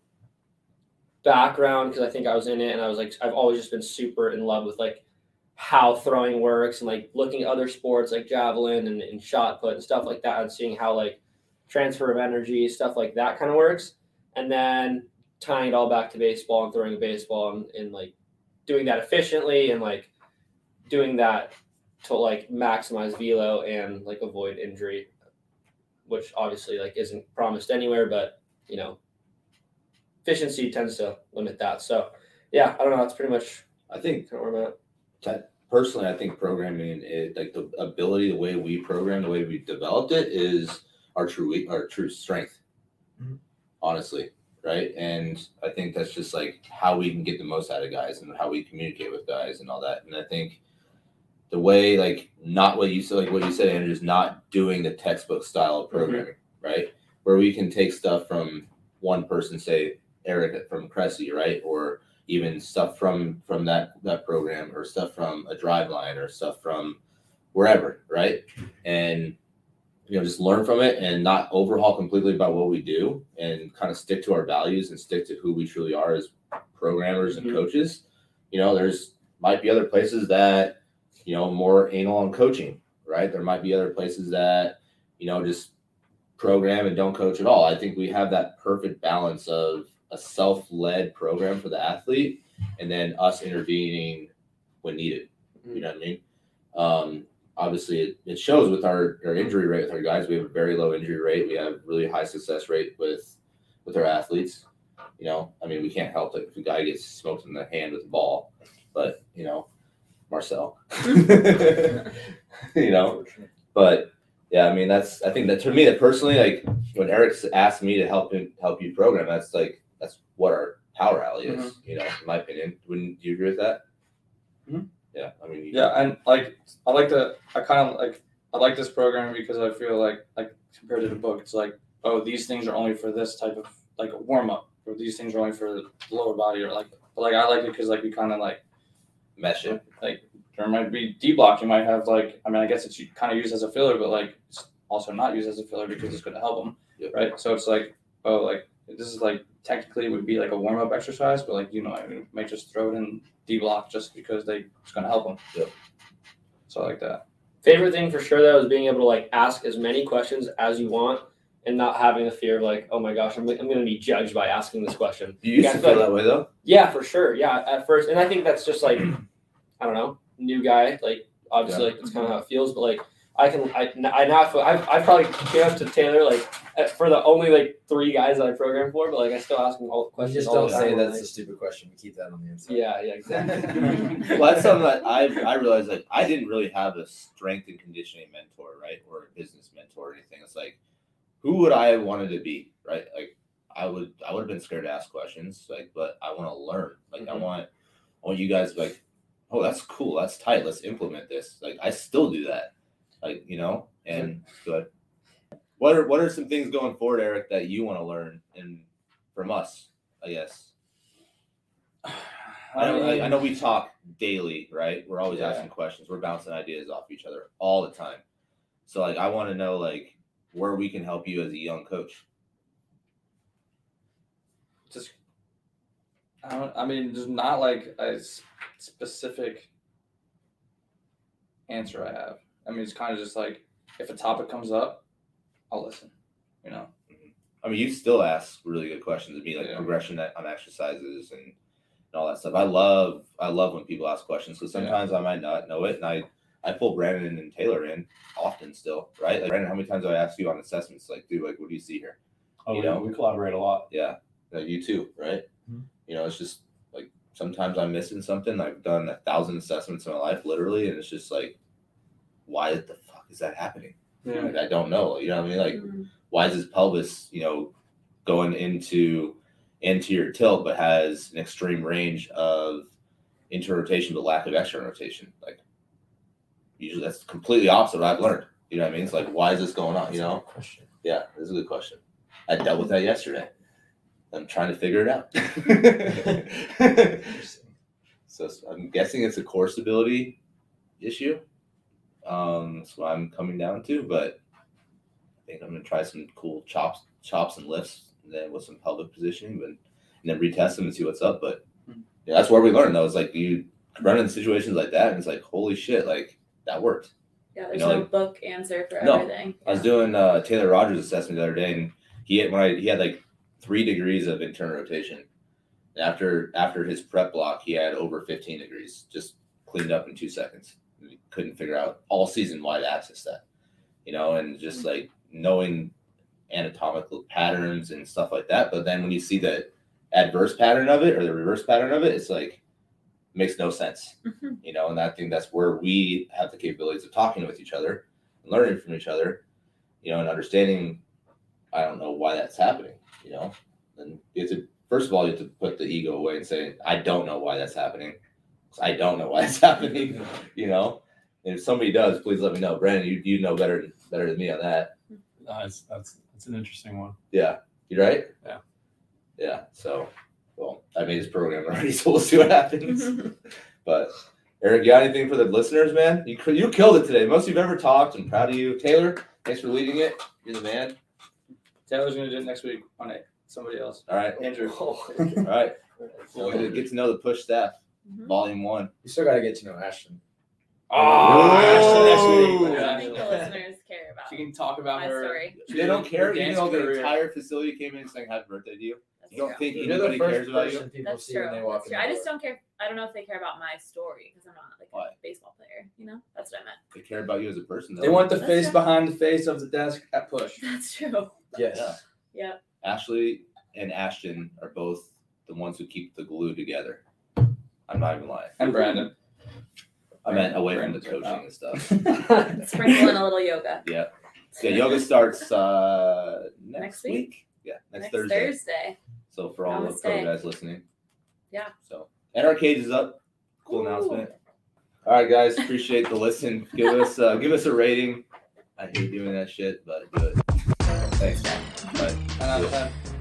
E: background because I think I was in it, and I was like I've always just been super in love with like how throwing works and like looking at other sports like javelin and, and shot put and stuff like that, and seeing how like transfer of energy stuff like that kind of works, and then tying it all back to baseball and throwing a baseball and, and like doing that efficiently and like doing that to like maximize velo and like avoid injury, which obviously like isn't promised anywhere, but you know, efficiency tends to limit that. So yeah, I don't know. That's pretty much
B: I think
E: kind of where I'm at.
B: personally, I think programming, it, like the ability, the way we program, the way we developed it, is our true we- our true strength.
D: Mhm.
B: Honestly, right? And I think that's just like how we can get the most out of guys and how we communicate with guys and all that. And I think the way, like, not what you said, like what you said, Andrew, is not doing the textbook style of programming, right? Where we can take stuff from one person, say Eric from Cressy, right, or even stuff from from that that program or stuff from a drive line or stuff from wherever right and you know just learn from it and not overhaul completely about what we do and kind of stick to our values and stick to who we truly are as programmers and
E: Mhm.
B: coaches you know there's might be other places that you know more anal on coaching right there might be other places that you know just program and don't coach at all i think we have that perfect balance of a self-led program for the athlete and then us intervening when needed you know what i mean um, obviously it, it shows with our, our injury rate with our guys. We have a very low injury rate. We have really high success rate with with our athletes. You know, I mean, we can't help it if a guy gets smoked in the hand with a ball, but you know, Marcel. you know, but yeah, I mean, that's I think that to me that personally, like when Eric's asked me to help him help you program, that's like that's what our power alley is. You know, in my opinion, wouldn't you agree with that?
F: Mhm.
B: Yeah, I mean, you,
F: Yeah, and like I like the I kind of like I like this program because I feel like like compared to the book, it's like oh these things are only for this type of like a warm up, or these things are only for the lower body, or like but like I like it because like we kind of like
B: mesh it.
F: like there might be D block. You might have like I mean I guess it's kind of used as a filler, but like it's also not used as a filler because it's going to help them,
B: Yeah.
F: right? So it's like oh like this is like technically it would be like a warm up exercise, but like you know I might just throw it in D block just because they it's going to help them.
B: Yeah.
F: So I like that.
E: Favorite thing for sure though is being able to like ask as many questions as you want and not having the fear of like, oh my gosh, I'm, I'm going to be judged by asking this question.
B: You used
E: Yeah,
B: to
E: but-
B: feel that way though.
E: Yeah, for sure. Yeah, at first, and I think that's just like, I don't know, new guy. Like obviously, like that's kind of how it feels. But like, I can, I, I now feel, I, I probably came up to Taylor like at- for the only like three guys that I program for, but like I still ask him all the
D: Questions
E: questions.
D: just
E: all
D: don't
E: the
D: say
E: time,
D: that's a
E: like-
D: stupid question. We keep that on the inside.
E: yeah, yeah, exactly.
B: well, that's something that I I realized like I didn't really have a strength and conditioning mentor, right, or a business mentor or anything. It's like, who would I have wanted to be, right? Like, I would I would have been scared to ask questions, like, but I want to learn. Like, I
E: Mhm.
B: want I want you guys to be like, oh, that's cool, that's tight. Let's implement this. Like, I still do that, like you know. And but what are what are some things going forward, Eric, that you want to learn and from us, I guess. I know, I, I know we talk daily, right? We're always
F: Yeah.
B: asking questions. We're bouncing ideas off each other all the time. So like I want to know like where we can help you as a young coach.
F: just I don't I mean there's not like a s- specific answer I have. I mean it's kind of just like if a topic comes up, I'll listen. You know.
B: I mean, you still ask really good questions to me, like
F: Yeah.
B: progression that- on exercises and, and all that stuff. I love I love when people ask questions because
F: Yeah.
B: sometimes I might not know it, and I I pull Brandon and Taylor in often still, right? Like Brandon, how many times do I ask you on assessments? Like, dude, like what do you see here?
G: Oh,
B: You
G: we,
B: know?
G: we collaborate a lot.
B: Yeah. No, you too, right?
G: Mhm.
B: You know, it's just like sometimes I'm missing something. I've done a thousand assessments in my life, literally, and it's just like, why the fuck is that happening? Like, I don't know. You know what I mean? Like, why is his pelvis, you know, going into anterior tilt, but has an extreme range of internal rotation, but lack of external rotation? Like, usually that's completely opposite what I've learned. You know what I mean? It's like, why is this going on? You know?
D: Question.
B: Yeah, that's a good question. I dealt with that yesterday. I'm trying to figure it out.
D: Interesting.
B: so s- I'm guessing it's a core stability issue. Um, that's what I'm coming down to, but I think I'm gonna try some cool chops, chops and lifts, and then with some pelvic positioning, but and then retest them and see what's up. But yeah, that's where we learn though. It's like you run in situations like that, and it's like holy shit, like that worked.
C: Yeah, there's
B: know,
C: no
B: like-
C: book answer for
B: No.
C: everything.
B: I was doing uh, Taylor Rogers assessment the other day, and he had when I he had like three degrees of internal rotation. And after after his prep block, he had over fifteen degrees, just cleaned up in two seconds. We couldn't figure out all season why to access that, you know, and just like knowing anatomical patterns and stuff like that. But then when you see the adverse pattern of it or the reverse pattern of it, it's like makes no sense,
C: Mhm.
B: you know. And I think that's where we have the capabilities of talking with each other, and learning from each other, you know, and understanding, I don't know why that's happening, you know, and you have to, first of all, you have to put the ego away and say, I don't know why that's happening. 'Cause I don't know why it's happening, you know, and if somebody does, please let me know. Brandon, you, you know better, better than me on that.
G: That's that's that's an interesting one.
B: Yeah. You right?
G: Yeah.
B: Yeah. So, well, I made this program already, so we'll see what happens. but Eric, you got anything for the listeners, man? You, you killed it today. Most you've ever talked and proud of you. Taylor, Thanks for leading it. You're the man.
F: Taylor's gonna do it next week on it. Somebody else.
B: All right.
F: Andrew.
D: Oh.
B: All right.
F: No,
B: Well, get to know the push staff.
D: Mm-hmm.
C: Mhm.
B: Volume one.
D: You still gotta get to know Ashton.
B: Oh,
C: I
B: Ashton
C: don't
B: next
C: think
B: week.
C: the listeners care about
F: She can talk about
C: my
F: her.
C: story.
B: They don't care, even
F: Dance
B: though the
F: career.
B: entire facility came in and sang happy birthday to you.
C: That's
B: You don't
C: true.
B: think
D: You're the
B: anybody cares
D: first
B: about you?
D: person people
C: That's
D: see
C: true.
D: when they walk
C: That's
D: in.
C: true.
D: the
C: I just
D: door.
C: don't care. I don't know if they care about my story because I'm not like a
B: Why?
C: baseball player. You know, that's what I meant.
B: They care about you as a person.
F: They want the
C: That's
F: face
C: right.
F: behind the face of the desk at push.
C: That's true.
D: Yes.
B: Yeah.
C: Yeah.
B: Ashley and Ashton are both the ones who keep the glue together. I'm not even lying.
F: And Brandon.
B: I meant away from the
F: Brandon's
B: coaching and stuff.
C: Sprinkle in a little yoga
B: Yeah. Yeah, yoga starts uh, next,
C: Next
B: week?
C: week?
B: Yeah, next,
C: next
B: Thursday.
C: Thursday.
B: So for all the pro
C: Namaste.
B: guys listening.
C: Yeah.
B: So and our cage is up. Cool
C: Ooh.
B: announcement. All right, guys, appreciate the listen. Give us uh, give us a rating. I hate doing that shit, but do it. Thanks. Bye.
F: And I'm-